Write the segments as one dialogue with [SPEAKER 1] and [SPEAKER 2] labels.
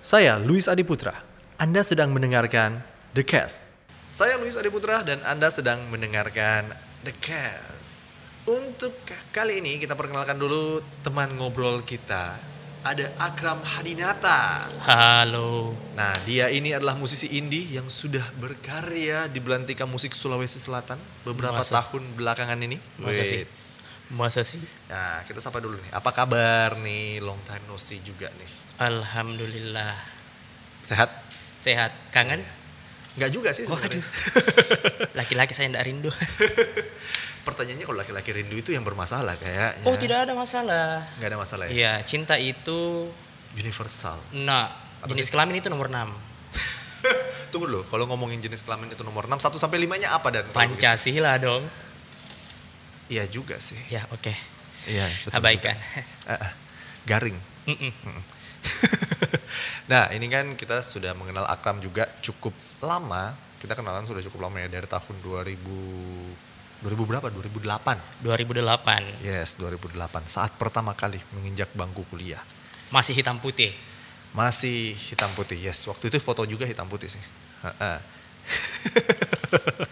[SPEAKER 1] Saya Luis Adiputra. Anda sedang mendengarkan The Cast. Saya Luis Adiputra dan Anda sedang mendengarkan The Cast. Untuk kali ini kita perkenalkan dulu teman ngobrol kita. Ada Akram Hadinata.
[SPEAKER 2] Halo.
[SPEAKER 1] Nah, dia ini adalah musisi indie yang sudah berkarya di belantika musik Sulawesi Selatan beberapa
[SPEAKER 2] Masa?
[SPEAKER 1] tahun belakangan ini.
[SPEAKER 2] Masa sih?
[SPEAKER 1] Wits.
[SPEAKER 2] Masa sih?
[SPEAKER 1] Nah, kita sapa dulu nih. Apa kabar nih? Long time no see juga nih.
[SPEAKER 2] Alhamdulillah.
[SPEAKER 1] Sehat?
[SPEAKER 2] Sehat. Kangen?
[SPEAKER 1] Enggak juga sih sebenarnya.
[SPEAKER 2] Laki-laki saya ndak rindu.
[SPEAKER 1] Pertanyaannya kalau laki-laki rindu itu yang bermasalah kayaknya.
[SPEAKER 2] Oh, tidak ada masalah.
[SPEAKER 1] Nggak ada masalah ya?
[SPEAKER 2] Iya, cinta itu
[SPEAKER 1] Universal.
[SPEAKER 2] nah, jenis kelamin itu nomor 6.
[SPEAKER 1] Tunggu dulu, kalau ngomongin jenis kelamin itu nomor 6, 1 sampai 5-nya apa dan? kalau begitu?
[SPEAKER 2] Pancasila dong.
[SPEAKER 1] Iya juga sih.
[SPEAKER 2] Ya, oke.
[SPEAKER 1] Iya,
[SPEAKER 2] Abaikan.
[SPEAKER 1] Eh, eh, garing.
[SPEAKER 2] Mm-mm.
[SPEAKER 1] nah, ini kan kita sudah mengenal Akram juga cukup lama. Kita kenalan sudah cukup lama ya dari tahun 2000 2000 berapa? 2008.
[SPEAKER 2] 2008
[SPEAKER 1] Yes, 2008. Saat pertama kali menginjak bangku kuliah.
[SPEAKER 2] masih hitam putih.
[SPEAKER 1] Masih hitam putih. Yes, waktu itu foto juga hitam putih sih. Ha-ha.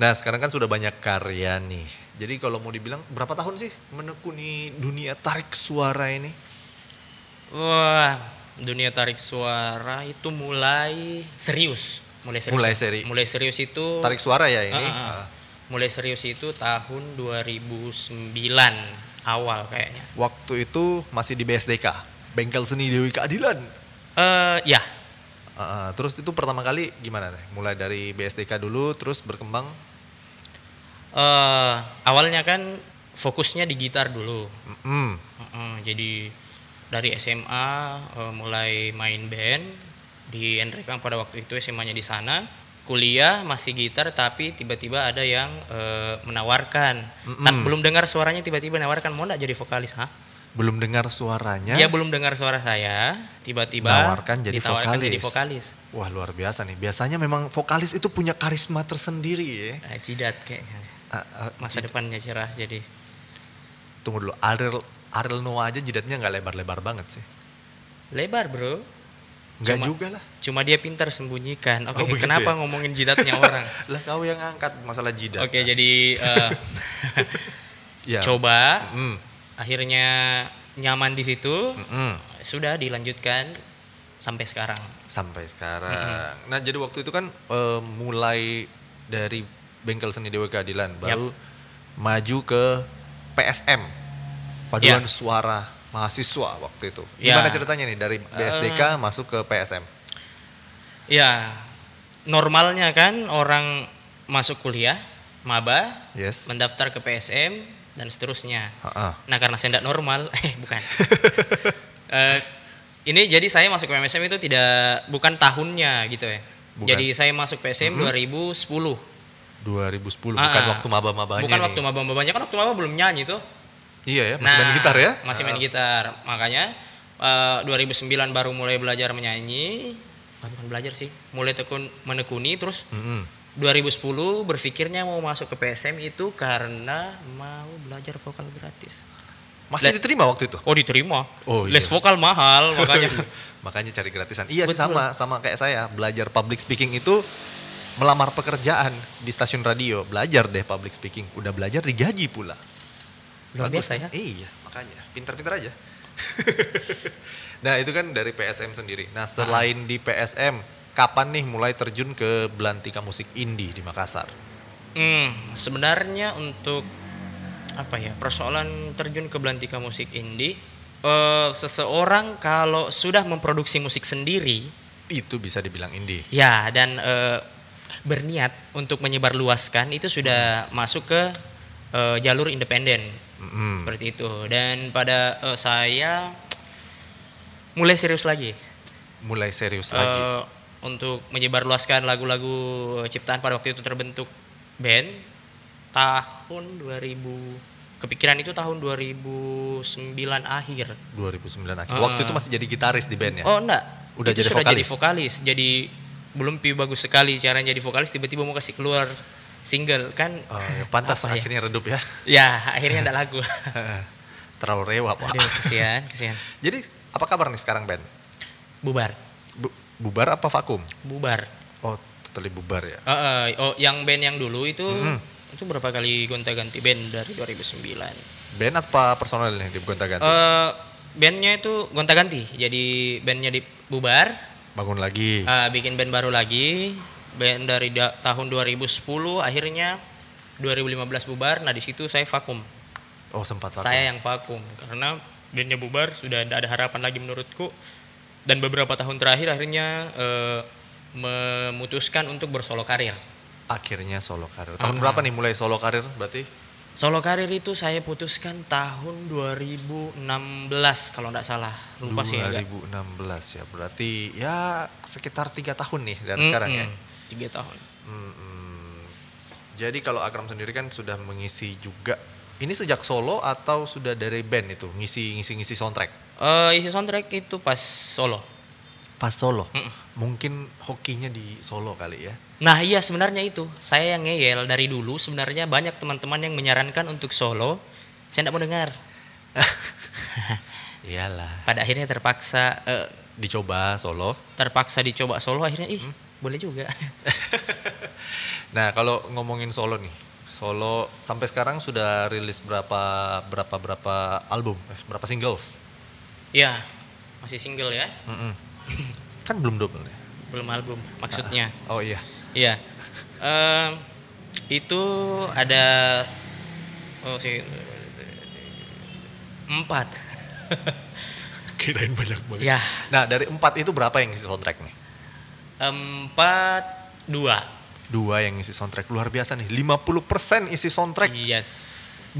[SPEAKER 1] nah, sekarang kan sudah banyak karya nih. Jadi kalau mau dibilang berapa tahun sih menekuni dunia tarik suara ini?
[SPEAKER 2] Wah, dunia tarik suara itu mulai serius, mulai serius.
[SPEAKER 1] Mulai seri-
[SPEAKER 2] Mulai serius itu
[SPEAKER 1] Tarik suara ya ini.
[SPEAKER 2] Ah, ah, ah.
[SPEAKER 1] Ah.
[SPEAKER 2] Mulai serius itu tahun 2009 awal kayaknya.
[SPEAKER 1] Waktu itu masih di BSDK, Bengkel Seni Dewi Keadilan.
[SPEAKER 2] Eh ya,
[SPEAKER 1] Ah, ah. terus itu pertama kali gimana nih? Mulai dari BSDK dulu, terus berkembang.
[SPEAKER 2] eh awalnya kan fokusnya di gitar dulu.
[SPEAKER 1] Mm,
[SPEAKER 2] Heeh, jadi dari SMA eh, mulai main band di Enrekang pada waktu itu SMA-nya di sana. Kuliah masih gitar tapi tiba-tiba ada yang eh, menawarkan. Tak- belum dengar suaranya tiba-tiba menawarkan mau nggak jadi vokalis, ha?
[SPEAKER 1] belum dengar suaranya.
[SPEAKER 2] Dia belum dengar suara saya, tiba-tiba
[SPEAKER 1] Ditawarkan Ya? jadi
[SPEAKER 2] ditawarkan
[SPEAKER 1] vokalis.
[SPEAKER 2] jadi vokalis.
[SPEAKER 1] Wah luar biasa nih. Biasanya memang vokalis itu punya karisma tersendiri ya.
[SPEAKER 2] Ah, Jidat kayaknya.
[SPEAKER 1] Ah, ah,
[SPEAKER 2] Masa depannya cerah jadi.
[SPEAKER 1] tunggu dulu. Ariel Ariel Noah aja jidatnya nggak lebar-lebar banget sih.
[SPEAKER 2] Lebar, Bro.
[SPEAKER 1] Nggak
[SPEAKER 2] Cuma-
[SPEAKER 1] juga lah.
[SPEAKER 2] Cuma dia pintar sembunyikan. Oke,
[SPEAKER 1] Oh, begitu
[SPEAKER 2] kenapa
[SPEAKER 1] ya?
[SPEAKER 2] ngomongin jidatnya orang?
[SPEAKER 1] Lah kau yang angkat masalah jidat.
[SPEAKER 2] Oke, jadi eh,
[SPEAKER 1] Ya.
[SPEAKER 2] coba
[SPEAKER 1] Mm,
[SPEAKER 2] akhirnya nyaman di situ,
[SPEAKER 1] mm.
[SPEAKER 2] sudah dilanjutkan sampai sekarang.
[SPEAKER 1] Sampai sekarang. Nah jadi waktu itu kan eh, mulai dari bengkel seni Dewa Keadilan. Baru maju ke PSM. Paduan Suara Mahasiswa waktu itu.
[SPEAKER 2] Ya. Eh.
[SPEAKER 1] Gimana ceritanya nih dari BSDK masuk ke PSM?
[SPEAKER 2] Ya, normalnya kan orang masuk kuliah, maba,
[SPEAKER 1] Yes.
[SPEAKER 2] mendaftar ke PSM dan seterusnya.
[SPEAKER 1] Ha-ha.
[SPEAKER 2] Nah karena saya tidak normal, eh bukan. Eh, ini jadi saya masuk PSM itu tidak bukan tahunnya gitu ya.
[SPEAKER 1] Bukan. Mm-hmm.
[SPEAKER 2] Jadi saya masuk PSM 2010.
[SPEAKER 1] 2010
[SPEAKER 2] Ah,
[SPEAKER 1] bukan
[SPEAKER 2] ah.
[SPEAKER 1] waktu maba-mabanya.
[SPEAKER 2] Bukan
[SPEAKER 1] nih.
[SPEAKER 2] waktu maba-mabanya kan waktu maba belum nyanyi tuh. Nah,
[SPEAKER 1] Iya ya, masih main gitar ya.
[SPEAKER 2] Masih main gitar. Makanya eh, 2009 baru mulai belajar menyanyi. Ah, bukan belajar sih, mulai tekun menekuni terus
[SPEAKER 1] Mm-mm.
[SPEAKER 2] 2010 berpikirnya mau masuk ke PSM itu karena mau belajar vokal gratis.
[SPEAKER 1] Masih
[SPEAKER 2] Le-
[SPEAKER 1] diterima waktu itu.
[SPEAKER 2] Oh diterima.
[SPEAKER 1] Oh, iya.
[SPEAKER 2] Les vokal mahal makanya.
[SPEAKER 1] Makanya cari gratisan. Iya
[SPEAKER 2] Iya. Betul.
[SPEAKER 1] sih sama sama kayak saya, belajar public speaking itu melamar pekerjaan di stasiun radio, belajar deh public speaking. Udah belajar digaji pula.
[SPEAKER 2] Luar
[SPEAKER 1] Bagus
[SPEAKER 2] biasa
[SPEAKER 1] nih.
[SPEAKER 2] ya.
[SPEAKER 1] Iya, makanya pintar-pintar aja. nah, itu kan dari PSM sendiri.
[SPEAKER 2] Ah.
[SPEAKER 1] Nah, selain di PSM, kapan nih mulai terjun ke belantika musik indie di Makassar?
[SPEAKER 2] Hmm, sebenarnya untuk apa ya persoalan terjun ke belantika musik indie, eh, seseorang kalau sudah memproduksi musik sendiri,
[SPEAKER 1] Itu bisa dibilang indie.
[SPEAKER 2] ya dan eh, berniat untuk menyebarluaskan itu sudah masuk ke eh, jalur independen.
[SPEAKER 1] Mm-mm.
[SPEAKER 2] seperti itu dan pada eh, saya mulai serius lagi,
[SPEAKER 1] Mulai serius lagi.
[SPEAKER 2] Eh, untuk menyebarluaskan lagu-lagu ciptaan pada waktu itu terbentuk band tahun 2000 kepikiran itu tahun 2009 akhir
[SPEAKER 1] 2009 akhir. Waktu itu masih jadi gitaris di bandnya.
[SPEAKER 2] Ah. oh enggak
[SPEAKER 1] Ya. Udah
[SPEAKER 2] Itu
[SPEAKER 1] jadi
[SPEAKER 2] sudah
[SPEAKER 1] vokalis.
[SPEAKER 2] jadi vokalis jadi belum pi bagus sekali cara jadi vokalis tiba-tiba mau kasih keluar single kan
[SPEAKER 1] Oh, ya, pantas
[SPEAKER 2] Apa ya?
[SPEAKER 1] akhirnya redup ya.
[SPEAKER 2] ya akhirnya enggak lagu
[SPEAKER 1] Terlalu rewel Pak.
[SPEAKER 2] aduh kesian kesian
[SPEAKER 1] Jadi apa kabar nih sekarang Ben?
[SPEAKER 2] bubar
[SPEAKER 1] Bu- bubar apa vakum?
[SPEAKER 2] bubar
[SPEAKER 1] Oh, totally bubar ya.
[SPEAKER 2] Eh, eh, oh yang band yang dulu itu itu berapa kali gonta-ganti band dari 2009
[SPEAKER 1] Ben apa personal nih di gonta-ganti?
[SPEAKER 2] eh bandnya itu gonta-ganti jadi bandnya dibubar
[SPEAKER 1] Bangun lagi.
[SPEAKER 2] eh, bikin band baru lagi band dari da- tahun 2010 akhirnya 2015 bubar nah di situ saya vakum
[SPEAKER 1] oh, sempat vakum.
[SPEAKER 2] saya yang vakum karena bandnya bubar sudah tidak ada harapan lagi menurutku dan beberapa tahun terakhir akhirnya eh, memutuskan untuk bersolo karir
[SPEAKER 1] akhirnya solo karir. Tahun
[SPEAKER 2] Eh,
[SPEAKER 1] berapa nih mulai solo karir berarti?
[SPEAKER 2] solo karir itu saya putuskan tahun 2016 kalau tidak salah lupa sih agak.
[SPEAKER 1] 2016 ya. Berarti ya sekitar tiga tahun nih dari sekarang ya.
[SPEAKER 2] Mm-mm, tiga tahun
[SPEAKER 1] Mm-mm. Jadi kalau Akram sendiri kan sudah mengisi juga ini sejak solo atau sudah dari band itu ngisi ngisi ngisi soundtrack
[SPEAKER 2] Eh, isi soundtrack itu pas solo
[SPEAKER 1] pas solo mungkin hokinya di solo kali ya
[SPEAKER 2] nah iya sebenarnya itu saya yang ngeyel dari dulu sebenarnya banyak teman-teman yang menyarankan untuk solo saya tidak mau dengar
[SPEAKER 1] iyalah
[SPEAKER 2] pada akhirnya terpaksa eh,
[SPEAKER 1] dicoba solo
[SPEAKER 2] terpaksa dicoba solo akhirnya ih boleh juga
[SPEAKER 1] nah kalau ngomongin solo nih solo sampai sekarang sudah rilis berapa berapa berapa album eh, berapa singles
[SPEAKER 2] ya masih single ya
[SPEAKER 1] Mm-mm. kan belum double ya?
[SPEAKER 2] belum album maksudnya
[SPEAKER 1] oh iya
[SPEAKER 2] iya Em, itu ada oh sih empat
[SPEAKER 1] kirain banyak banget
[SPEAKER 2] ya
[SPEAKER 1] nah dari empat itu berapa yang ngisi soundtrack nih
[SPEAKER 2] empat dua
[SPEAKER 1] dua yang ngisi soundtrack luar biasa nih 50% isi soundtrack
[SPEAKER 2] yes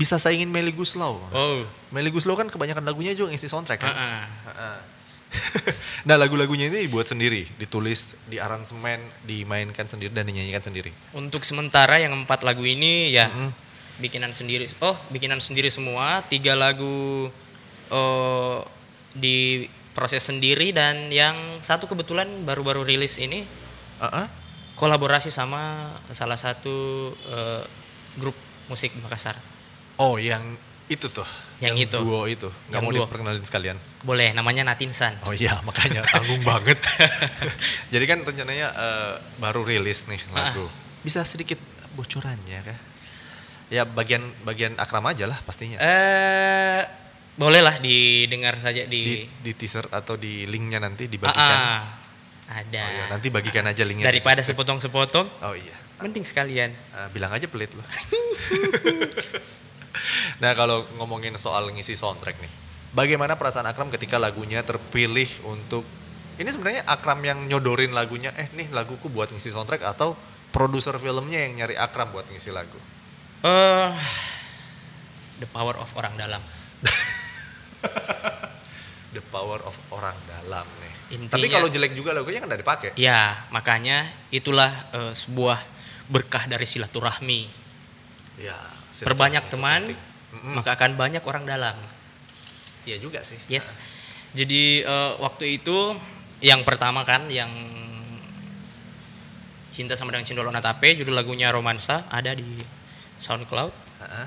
[SPEAKER 1] bisa saingin Melly Guslau
[SPEAKER 2] oh
[SPEAKER 1] Melly Guslau kan kebanyakan lagunya juga ngisi soundtrack kan
[SPEAKER 2] ah-ah.
[SPEAKER 1] Heeh. nah lagu-lagunya ini dibuat sendiri ditulis di aransemen dimainkan sendiri dan dinyanyikan sendiri
[SPEAKER 2] untuk sementara yang empat lagu ini ya
[SPEAKER 1] Mm-hmm.
[SPEAKER 2] bikinan sendiri oh bikinan sendiri semua tiga lagu eh di proses sendiri dan yang satu kebetulan baru-baru rilis ini
[SPEAKER 1] Heeh.
[SPEAKER 2] kolaborasi sama salah satu eh, grup musik Makassar
[SPEAKER 1] oh yang itu tuh
[SPEAKER 2] Yang itu.
[SPEAKER 1] duo itu nggak
[SPEAKER 2] Yang
[SPEAKER 1] mau
[SPEAKER 2] duo.
[SPEAKER 1] diperkenalin sekalian
[SPEAKER 2] boleh namanya Natinsan
[SPEAKER 1] oh iya makanya tanggung banget jadi kan rencananya eh, baru rilis nih lagu bisa sedikit bocorannya kah ya bagian bagian akram aja lah pastinya
[SPEAKER 2] eh bolehlah didengar saja di,
[SPEAKER 1] di, di teaser atau di linknya nanti
[SPEAKER 2] Ah,
[SPEAKER 1] dibagikan
[SPEAKER 2] ah. ada
[SPEAKER 1] Oh iya, nanti bagikan aja linknya di
[SPEAKER 2] daripada
[SPEAKER 1] teaser.
[SPEAKER 2] sepotong-sepotong
[SPEAKER 1] oh iya
[SPEAKER 2] mending sekalian
[SPEAKER 1] Eh, bilang aja pelit loh. nah kalau ngomongin soal ngisi soundtrack nih, bagaimana perasaan Akram ketika lagunya terpilih untuk ini sebenarnya Akram yang nyodorin lagunya, eh nih laguku buat ngisi soundtrack atau produser filmnya yang nyari Akram buat ngisi lagu?
[SPEAKER 2] eh the power of orang dalam.
[SPEAKER 1] The power of orang dalam nih. Tapi
[SPEAKER 2] Intinya-
[SPEAKER 1] kalau jelek juga lagunya kan nggak dipakai.
[SPEAKER 2] Ya, makanya itulah eh, sebuah berkah dari silaturahmi.
[SPEAKER 1] Ya. silaturahmi
[SPEAKER 2] Perbanyak
[SPEAKER 1] itu
[SPEAKER 2] teman,
[SPEAKER 1] penting.
[SPEAKER 2] maka akan banyak orang dalam.
[SPEAKER 1] Iya juga sih.
[SPEAKER 2] Yes. Jadi eh, waktu itu yang pertama kan yang cinta sama dengan Cindolona Tape judul lagunya Romansa ada di SoundCloud
[SPEAKER 1] Heeh. Ah,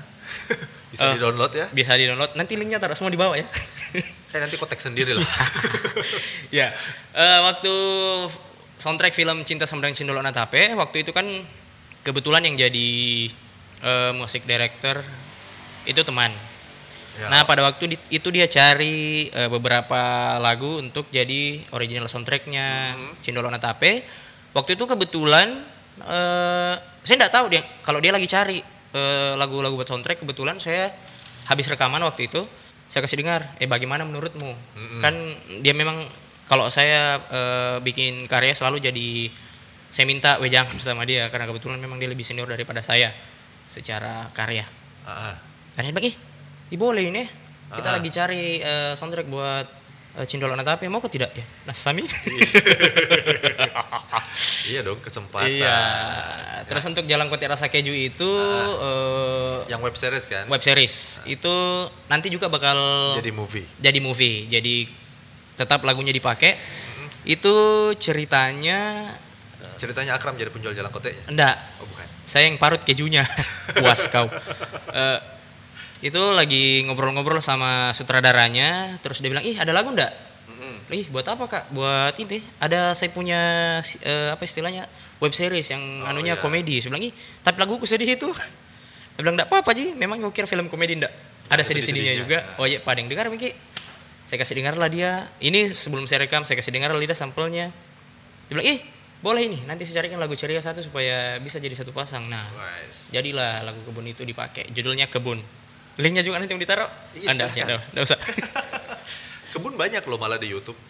[SPEAKER 1] Bisa
[SPEAKER 2] Eh.
[SPEAKER 1] di download ya.
[SPEAKER 2] bisa di download nanti linknya taruh semua di bawah ya
[SPEAKER 1] Eh nanti kotek sendiri lah.
[SPEAKER 2] ya eh, waktu f- soundtrack film Cinta Sandang Cindolona Tape waktu itu kan kebetulan yang jadi eh, musik director itu teman
[SPEAKER 1] Ya.
[SPEAKER 2] nah pada waktu di- itu dia cari eh, beberapa lagu untuk jadi original soundtracknya Cindolona Tape waktu itu kebetulan eh, saya nggak tahu dia kalau dia lagi cari eh, lagu-lagu buat soundtrack kebetulan saya habis rekaman waktu itu saya kasih dengar eh bagaimana menurutmu kan dia memang kalau saya eh, bikin karya selalu jadi saya minta wejangan sama dia karena kebetulan memang dia lebih senior daripada saya secara karya
[SPEAKER 1] Heeh.
[SPEAKER 2] dan dia bilang, ih, ih boleh ini. Kita lagi cari eh, soundtrack buat eh, Cindolona Tape, mau ke tidak? Ya, nah Sami.
[SPEAKER 1] iya dong kesempatan.
[SPEAKER 2] iya. Terus untuk Jalan Kote Rasa Keju itu
[SPEAKER 1] yang web series kan
[SPEAKER 2] eh, web series. Itu nanti juga bakal
[SPEAKER 1] jadi
[SPEAKER 2] jadi,
[SPEAKER 1] movie
[SPEAKER 2] movie. Jadi tetap lagunya dipakai. Itu ceritanya eh,
[SPEAKER 1] Ceritanya Akram jadi penjual jalan koteknya.
[SPEAKER 2] Enggak,
[SPEAKER 1] Oh bukan.
[SPEAKER 2] saya yang parut kejunya. Puas kau. Eh, itu lagi ngobrol-ngobrol sama sutradaranya, terus dia bilang, "Ih, ada lagu enggak?" Ih, buat apa, Kak? Buat ini. Ada saya punya eh, apa istilahnya? web series yang
[SPEAKER 1] Oh,
[SPEAKER 2] anunya
[SPEAKER 1] iya.
[SPEAKER 2] komedi. Saya bilang, "Ih, tapi laguku sedih itu." Dia bilang, "Enggak apa-apa, Ji. Memang kau kira film komedi enggak?" Ada
[SPEAKER 1] Ada sedih-sedihnya,
[SPEAKER 2] sedih-sedihnya juga.
[SPEAKER 1] ya.
[SPEAKER 2] Oh iya, padeng dengar Miki. Saya kasih dengar lah dia. Ini sebelum saya rekam, saya kasih dengar lidah sampelnya. Dia bilang, "Ih, boleh ini. Nanti saya carikan lagu ceria satu supaya bisa jadi satu pasang." Nah,
[SPEAKER 1] Nice.
[SPEAKER 2] jadilah lagu kebun itu dipakai. Judulnya Kebun. Linknya juga nanti yang ditaruh.
[SPEAKER 1] Iya,
[SPEAKER 2] Anda ya,
[SPEAKER 1] silakan.
[SPEAKER 2] enggak usah.
[SPEAKER 1] Kebun banyak loh malah di YouTube.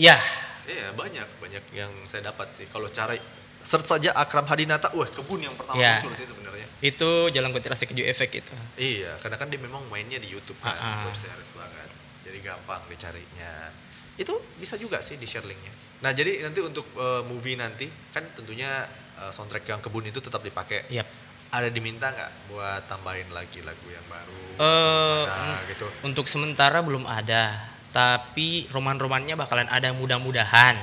[SPEAKER 2] ya,
[SPEAKER 1] Iya banyak banyak yang saya dapat sih. Kalau cari search saja Akram Hadinata, wah kebun yang pertama
[SPEAKER 2] Iya.
[SPEAKER 1] muncul sih sebenarnya.
[SPEAKER 2] itu jalan kutir rasa keju efek itu.
[SPEAKER 1] Iya, karena kan dia memang mainnya di YouTube kan,
[SPEAKER 2] Ah, ah.
[SPEAKER 1] web series banget. Jadi gampang dicarinya. Itu bisa juga sih di share linknya. Nah jadi nanti untuk eh, movie nanti kan tentunya eh, soundtrack yang kebun itu tetap dipakai.
[SPEAKER 2] Yap.
[SPEAKER 1] Ada diminta nggak buat tambahin lagi lagu yang baru?
[SPEAKER 2] Eh,
[SPEAKER 1] nah gitu.
[SPEAKER 2] untuk sementara belum ada, tapi roman-romannya bakalan ada mudah-mudahan.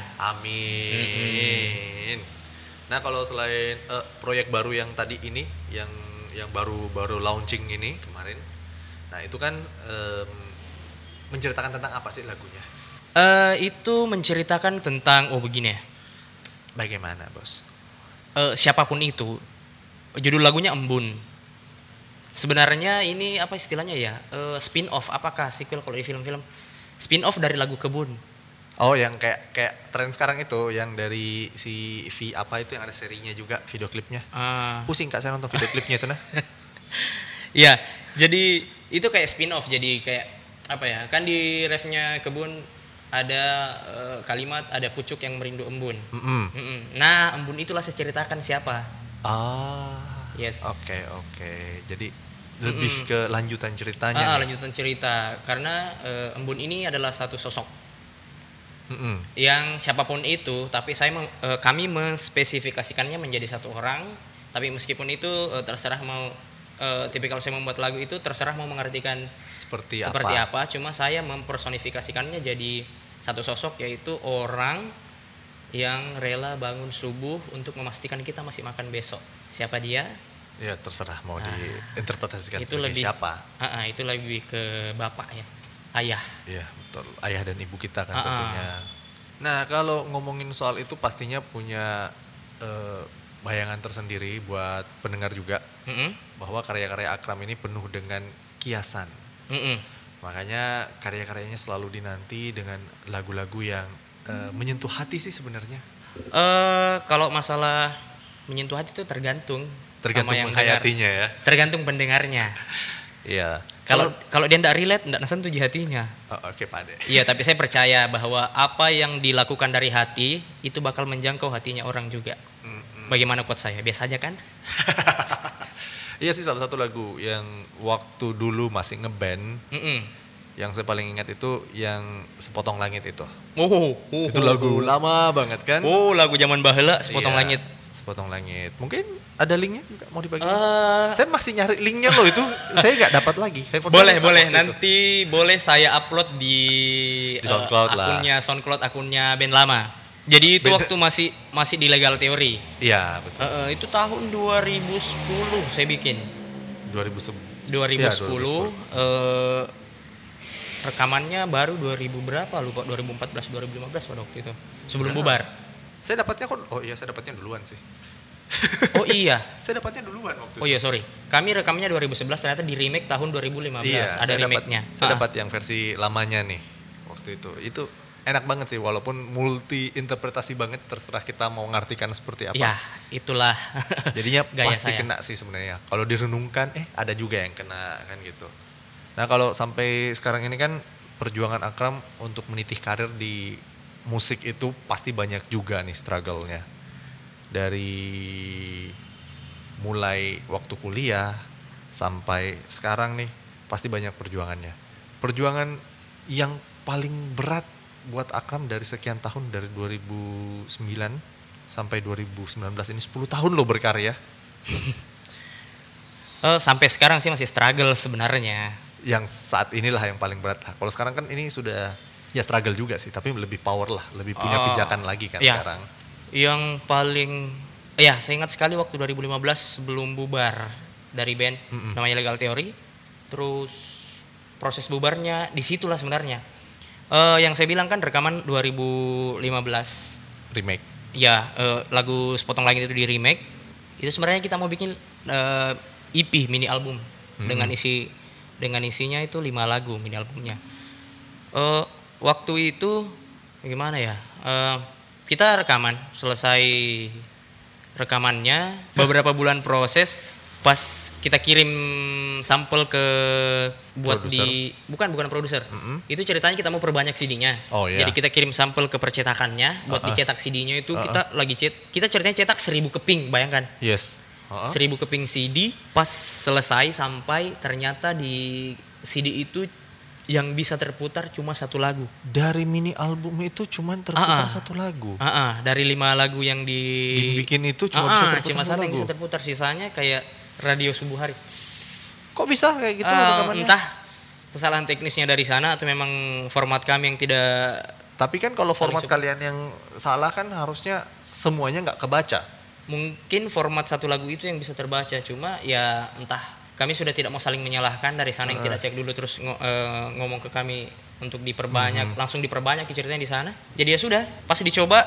[SPEAKER 1] Amin. Nah kalau selain eh, proyek baru yang tadi ini, yang yang baru baru launching ini kemarin, nah itu kan em, menceritakan tentang apa sih lagunya?
[SPEAKER 2] Eh, itu menceritakan tentang oh begini ya.
[SPEAKER 1] Bagaimana bos?
[SPEAKER 2] Eh, siapapun itu judul lagunya embun sebenarnya ini apa istilahnya ya Eh, spin off apakah sequel kalau di film-film spin off dari lagu kebun
[SPEAKER 1] Oh yang kayak kayak tren sekarang itu yang dari si V apa itu yang ada serinya juga video klipnya.
[SPEAKER 2] Ah,
[SPEAKER 1] Pusing kak saya nonton video klipnya itu nah.
[SPEAKER 2] Iya, jadi itu kayak spin off jadi kayak apa ya? Kan di refnya kebun ada eh, kalimat ada pucuk yang merindu embun.
[SPEAKER 1] Mm-mm.
[SPEAKER 2] Mm-mm. Nah, embun itulah saya ceritakan siapa.
[SPEAKER 1] Ah.
[SPEAKER 2] Yes.
[SPEAKER 1] Oke oke. Jadi lebih ke lanjutan ceritanya. ya?
[SPEAKER 2] Ah,
[SPEAKER 1] nih.
[SPEAKER 2] lanjutan cerita karena eh, embun ini adalah satu sosok
[SPEAKER 1] Mm-mm.
[SPEAKER 2] yang siapapun itu tapi saya meng- eh, kami menspesifikasikannya menjadi satu orang tapi meskipun itu eh, terserah mau eh, tipikal saya membuat lagu itu terserah mau mengartikan
[SPEAKER 1] Seperti,
[SPEAKER 2] seperti
[SPEAKER 1] Iya, apa?
[SPEAKER 2] apa. cuma saya mempersonifikasikannya jadi satu sosok yaitu orang yang rela bangun subuh untuk memastikan kita masih makan besok siapa dia
[SPEAKER 1] Ya terserah mau diinterpretasikan
[SPEAKER 2] Ah. itu
[SPEAKER 1] sebagai
[SPEAKER 2] lebih
[SPEAKER 1] siapa.
[SPEAKER 2] Ah, ah, itu lebih ke bapak ya ayah
[SPEAKER 1] Iya betul. Ayah dan ibu kita kan
[SPEAKER 2] Ah, ah.
[SPEAKER 1] tentunya. Nah kalau ngomongin soal itu pastinya punya eh, bayangan tersendiri buat pendengar juga
[SPEAKER 2] Mm-mm,
[SPEAKER 1] bahwa karya-karya Akram ini penuh dengan kiasan.
[SPEAKER 2] mm-mm.
[SPEAKER 1] Makanya karya-karyanya selalu dinanti dengan lagu-lagu yang
[SPEAKER 2] Hmm.
[SPEAKER 1] eh, menyentuh hati sih sebenarnya.
[SPEAKER 2] Eh, kalau masalah menyentuh hati itu tergantung sama
[SPEAKER 1] Tergantung
[SPEAKER 2] yang
[SPEAKER 1] menghayatinya ya.
[SPEAKER 2] dengar. tergantung pendengarnya
[SPEAKER 1] Iya.
[SPEAKER 2] kalau kalau dia tidak relate tidak sentuh di hatinya
[SPEAKER 1] Oh, oke Pak Ade.
[SPEAKER 2] Iya, tapi saya percaya bahwa apa yang dilakukan dari hati itu bakal menjangkau hatinya orang juga. Bagaimana quote saya? Biasa aja kan?
[SPEAKER 1] iya sih salah satu lagu yang waktu dulu masih ngeband
[SPEAKER 2] Mm-mm.
[SPEAKER 1] yang saya paling ingat itu yang sepotong langit itu
[SPEAKER 2] Oh, oh, oh,
[SPEAKER 1] itu lagu lama banget kan
[SPEAKER 2] Oh, lagu zaman baheula sepotong
[SPEAKER 1] Iya,
[SPEAKER 2] langit.
[SPEAKER 1] sepotong langit mungkin ada linknya juga mau dibagi
[SPEAKER 2] Eh,
[SPEAKER 1] saya masih nyari linknya loh itu saya nggak dapat lagi Handphone saya
[SPEAKER 2] boleh,
[SPEAKER 1] rusak
[SPEAKER 2] boleh.
[SPEAKER 1] waktu itu.
[SPEAKER 2] Nanti boleh saya upload di, eh,
[SPEAKER 1] Di SoundCloud lah.
[SPEAKER 2] akunnya SoundCloud akunnya band lama. Jadi itu
[SPEAKER 1] Band-
[SPEAKER 2] waktu masih masih di legal teori.
[SPEAKER 1] iya betul
[SPEAKER 2] Eh, eh, itu tahun 2010 saya bikin.
[SPEAKER 1] 2010
[SPEAKER 2] 2010,
[SPEAKER 1] Ya, 2010.
[SPEAKER 2] eh, rekamannya baru 2000 berapa lupa 2014 2015 pada waktu itu
[SPEAKER 1] Nah.
[SPEAKER 2] sebelum bubar
[SPEAKER 1] saya dapatnya kok oh iya saya dapatnya duluan sih
[SPEAKER 2] oh iya
[SPEAKER 1] saya dapatnya duluan waktu
[SPEAKER 2] oh
[SPEAKER 1] itu
[SPEAKER 2] iya sorry kami rekamnya 2011 ternyata di remake tahun 2015 ada
[SPEAKER 1] Iya, saya dapat-
[SPEAKER 2] remake-nya
[SPEAKER 1] saya
[SPEAKER 2] Ah,
[SPEAKER 1] dapat yang versi lamanya nih waktu itu itu enak banget sih walaupun multi interpretasi banget terserah kita mau ngartikan seperti apa
[SPEAKER 2] ya itulah
[SPEAKER 1] jadinya
[SPEAKER 2] gaya saya
[SPEAKER 1] pasti kena sih sebenarnya kalau direnungkan eh ada juga yang kena kan gitu nah kalau sampai sekarang ini kan perjuangan Akram untuk menitih karir di musik itu pasti banyak juga nih struggle-nya dari mulai waktu kuliah sampai sekarang nih pasti banyak perjuangannya perjuangan yang paling berat buat Akram dari sekian tahun dari 2009 sampai 2019 ini 10 tahun loh berkarya
[SPEAKER 2] Eh, sampai sekarang sih masih struggle sebenarnya
[SPEAKER 1] yang saat inilah yang paling berat lah. Kalau sekarang kan ini sudah ya struggle juga sih, tapi lebih power lah, lebih punya
[SPEAKER 2] Oh.
[SPEAKER 1] pijakan lagi kan
[SPEAKER 2] Iya.
[SPEAKER 1] sekarang.
[SPEAKER 2] yang paling ya saya ingat sekali waktu 2015 sebelum bubar dari band namanya Legal Theory terus proses bubarnya disitulah sebenarnya Eh, yang saya bilang kan rekaman 2015
[SPEAKER 1] remake
[SPEAKER 2] ya eh, lagu sepotong langit itu di remake itu sebenarnya kita mau bikin eh, EP mini album dengan isi dengan isinya itu lima lagu mini albumnya Eh, waktu itu gimana ya Eh, kita rekaman selesai rekamannya beberapa bulan proses pas kita kirim sampel ke buat di bukan bukan produser itu ceritanya kita mau perbanyak CD-nya
[SPEAKER 1] Oh, iya. Uh-uh.
[SPEAKER 2] jadi kita kirim sampel ke percetakannya buat dicetak CD-nya itu kita lagi cet kita ceritanya cetak 1000 keping bayangkan
[SPEAKER 1] yes Heeh.
[SPEAKER 2] 1000 keping CD pas selesai sampai ternyata di CD itu yang bisa terputar cuma satu lagu
[SPEAKER 1] dari mini album itu cuman terputar
[SPEAKER 2] Ah-ah.
[SPEAKER 1] satu lagu
[SPEAKER 2] Ah, ah, dari lima lagu yang di
[SPEAKER 1] Dibikin itu cuma
[SPEAKER 2] Ah,
[SPEAKER 1] bisa
[SPEAKER 2] ah,
[SPEAKER 1] terputar
[SPEAKER 2] cuma
[SPEAKER 1] satu
[SPEAKER 2] satu yang
[SPEAKER 1] lagu.
[SPEAKER 2] bisa terputar sisanya kayak radio subuh hari
[SPEAKER 1] kok bisa kayak gitu
[SPEAKER 2] Ah,
[SPEAKER 1] rekamannya?
[SPEAKER 2] entah kesalahan teknisnya dari sana atau memang format kami yang tidak
[SPEAKER 1] tapi kan kalau format
[SPEAKER 2] support.
[SPEAKER 1] kalian yang salah kan harusnya semuanya nggak kebaca
[SPEAKER 2] mungkin format satu lagu itu yang bisa terbaca cuma ya entah kami sudah tidak mau saling menyalahkan dari sana yang tidak cek dulu terus ngo- eh, ngomong ke kami untuk diperbanyak langsung diperbanyak ceritanya di sana jadi ya sudah pas dicoba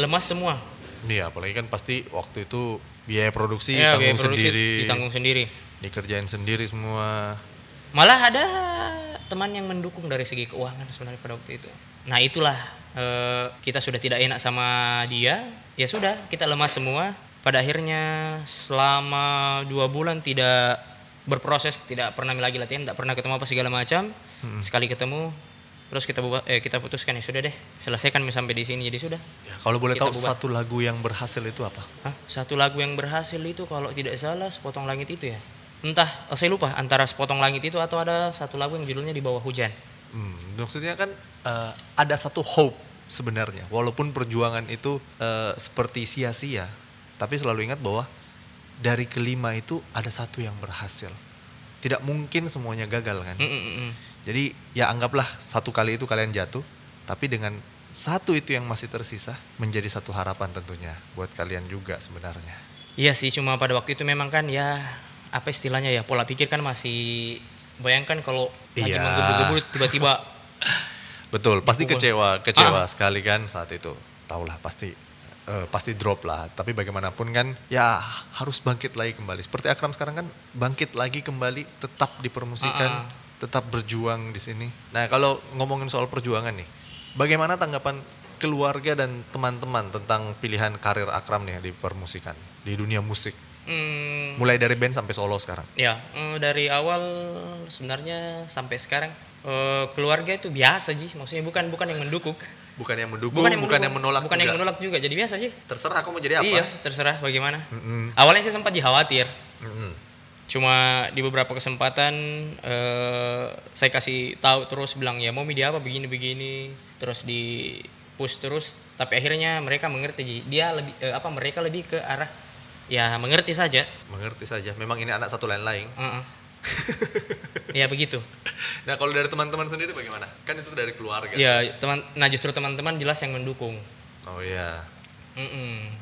[SPEAKER 2] lemas semua
[SPEAKER 1] iya apalagi kan pasti waktu itu Iya, biaya produksi
[SPEAKER 2] Ya, biaya
[SPEAKER 1] tanggung
[SPEAKER 2] produksi
[SPEAKER 1] sendiri
[SPEAKER 2] ditanggung sendiri
[SPEAKER 1] dikerjain sendiri semua
[SPEAKER 2] malah ada teman yang mendukung dari segi keuangan sebenarnya pada waktu itu nah itulah eh, kita sudah tidak enak sama dia ya sudah kita lemas semua pada akhirnya selama dua bulan tidak berproses tidak pernah lagi latihan tidak pernah ketemu apa segala macam sekali ketemu terus kita buba- eh, kita putuskan ya sudah deh selesaikan sampai di sini jadi sudah
[SPEAKER 1] Ya, kalau boleh
[SPEAKER 2] Kita
[SPEAKER 1] tahu
[SPEAKER 2] bubar.
[SPEAKER 1] satu lagu yang berhasil itu apa
[SPEAKER 2] Hah? Satu lagu yang berhasil itu kalau tidak salah sepotong langit itu ya. Entah, oh, saya lupa antara sepotong langit itu atau ada satu lagu yang judulnya di bawah hujan.
[SPEAKER 1] Hmm, maksudnya kan eh, ada satu hope sebenarnya, walaupun perjuangan itu eh, seperti sia-sia, tapi selalu ingat bahwa dari kelima itu ada satu yang berhasil. Tidak mungkin semuanya gagal kan.
[SPEAKER 2] Mm, mm, mm, mm.
[SPEAKER 1] Jadi ya anggaplah satu kali itu kalian jatuh, tapi dengan satu itu yang masih tersisa menjadi satu harapan tentunya buat kalian juga sebenarnya.
[SPEAKER 2] Iya sih, cuma pada waktu itu memang kan ya apa istilahnya ya pola pikir kan masih bayangkan kalau lagi
[SPEAKER 1] Iya.
[SPEAKER 2] menggebu-gebu tiba-tiba
[SPEAKER 1] Betul, pasti
[SPEAKER 2] Dipukul.
[SPEAKER 1] kecewa, kecewa sekali kan saat itu. Tahulah pasti eh, pasti drop lah, tapi bagaimanapun kan ya harus bangkit lagi kembali. Seperti Akram sekarang kan bangkit lagi kembali, tetap dipermusikan, tetap berjuang di sini. Nah, kalau ngomongin soal perjuangan nih, bagaimana tanggapan keluarga dan teman-teman tentang pilihan karir Akram nih di permusikan, di dunia musik?
[SPEAKER 2] mm,
[SPEAKER 1] Mulai dari band sampai solo sekarang.
[SPEAKER 2] Ya, eh, dari awal sebenarnya sampai sekarang eh, keluarga itu biasa sih, maksudnya bukan bukan yang mendukung,
[SPEAKER 1] Bukan yang mendukung, bukan yang, menolak,
[SPEAKER 2] bukan yang
[SPEAKER 1] juga.
[SPEAKER 2] menolak juga. Jadi biasa sih.
[SPEAKER 1] Terserah aku mau jadi apa.
[SPEAKER 2] Iya, terserah bagaimana.
[SPEAKER 1] Mm-mm.
[SPEAKER 2] Awalnya saya sempat khawatir,
[SPEAKER 1] Mm-mm.
[SPEAKER 2] cuma di beberapa kesempatan eh, saya kasih tahu terus bilang ya mau media apa begini-begini, terus di push terus. Tapi akhirnya mereka mengerti Ji. Dia lebih eh, apa mereka lebih ke arah ya mengerti saja.
[SPEAKER 1] Mengerti saja. Memang ini anak satu lain lain.
[SPEAKER 2] Heeh. ya begitu.
[SPEAKER 1] Nah kalau dari teman-teman sendiri bagaimana? Kan itu dari keluarga.
[SPEAKER 2] Ya teman, nah justru teman-teman jelas yang mendukung.
[SPEAKER 1] Oh iya.
[SPEAKER 2] Mm-mm.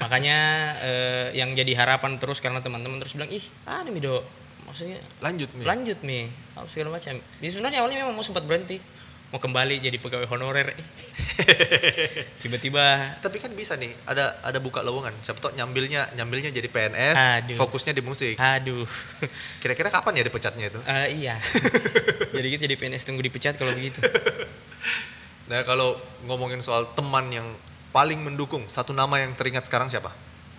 [SPEAKER 2] Makanya eh, yang jadi harapan terus karena teman-teman terus bilang ih ah ini do maksudnya
[SPEAKER 1] Lanjut nih.
[SPEAKER 2] lanjut nih apa segala macam. Jadi sebenarnya awalnya memang mau sempat berhenti mau kembali jadi pegawai honorer. Tiba-tiba
[SPEAKER 1] Tapi kan bisa nih ada ada buka lowongan. Siapa tau nyambilnya nyambilnya jadi PNS,
[SPEAKER 2] Aduh.
[SPEAKER 1] fokusnya di musik.
[SPEAKER 2] aduh
[SPEAKER 1] Kira-kira kapan ya dipecatnya itu?
[SPEAKER 2] Eh, iya jadi gitu jadi PNS tunggu dipecat kalau begitu.
[SPEAKER 1] Nah kalau ngomongin soal teman yang paling mendukung, satu nama yang teringat sekarang siapa?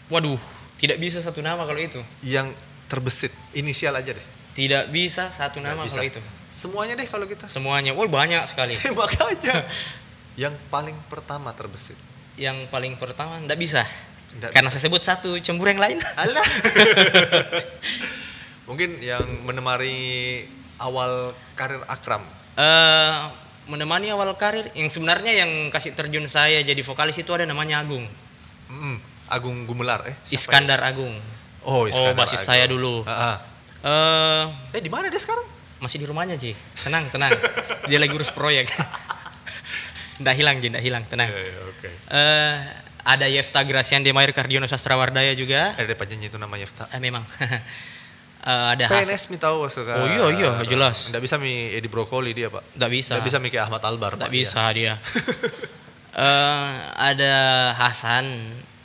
[SPEAKER 2] Waduh tidak bisa satu nama kalau itu
[SPEAKER 1] Yang terbesit, inisial aja deh.
[SPEAKER 2] tidak bisa satu nama
[SPEAKER 1] bisa.
[SPEAKER 2] kalau itu
[SPEAKER 1] Semuanya deh kalau kita.
[SPEAKER 2] semuanya. Wah banyak sekali.
[SPEAKER 1] Makanya yang paling pertama terbesit.
[SPEAKER 2] yang paling pertama ndak bisa
[SPEAKER 1] Ndak
[SPEAKER 2] karena
[SPEAKER 1] bisa.
[SPEAKER 2] saya sebut satu cemburu yang lain
[SPEAKER 1] Alah. Mungkin yang menemari awal karir Akram.
[SPEAKER 2] Eh, menemani awal karir yang sebenarnya yang kasih terjun saya jadi vokalis itu ada namanya Agung
[SPEAKER 1] Mm, Agung Gumelar eh. Siapa ya?
[SPEAKER 2] Iskandar Agung
[SPEAKER 1] Oh,
[SPEAKER 2] oh
[SPEAKER 1] Iskandar.
[SPEAKER 2] basis
[SPEAKER 1] Agung.
[SPEAKER 2] saya dulu
[SPEAKER 1] Ah, ah.
[SPEAKER 2] eh
[SPEAKER 1] Eh, di mana dia sekarang?
[SPEAKER 2] masih di rumahnya Ji tenang tenang dia lagi urus proyek ndak hilang Ji ndak hilang tenang
[SPEAKER 1] Eh, oke.
[SPEAKER 2] eh ada Yefta Grasian Demair Cardiono Sastrawardaya juga
[SPEAKER 1] Ada Eh, panjangnya itu namanya Yefta.
[SPEAKER 2] Eh, memang Eh, ada Hasan
[SPEAKER 1] PNS mi tahu suka.
[SPEAKER 2] Oh, iya, iya, jelas.
[SPEAKER 1] Nggak bisa mi Edi Brokoli dia pak.
[SPEAKER 2] nggak bisa
[SPEAKER 1] Nggak bisa mi kayak Ahmad Albar.
[SPEAKER 2] nggak
[SPEAKER 1] Pak,
[SPEAKER 2] bisa dia Eh, ada Hasan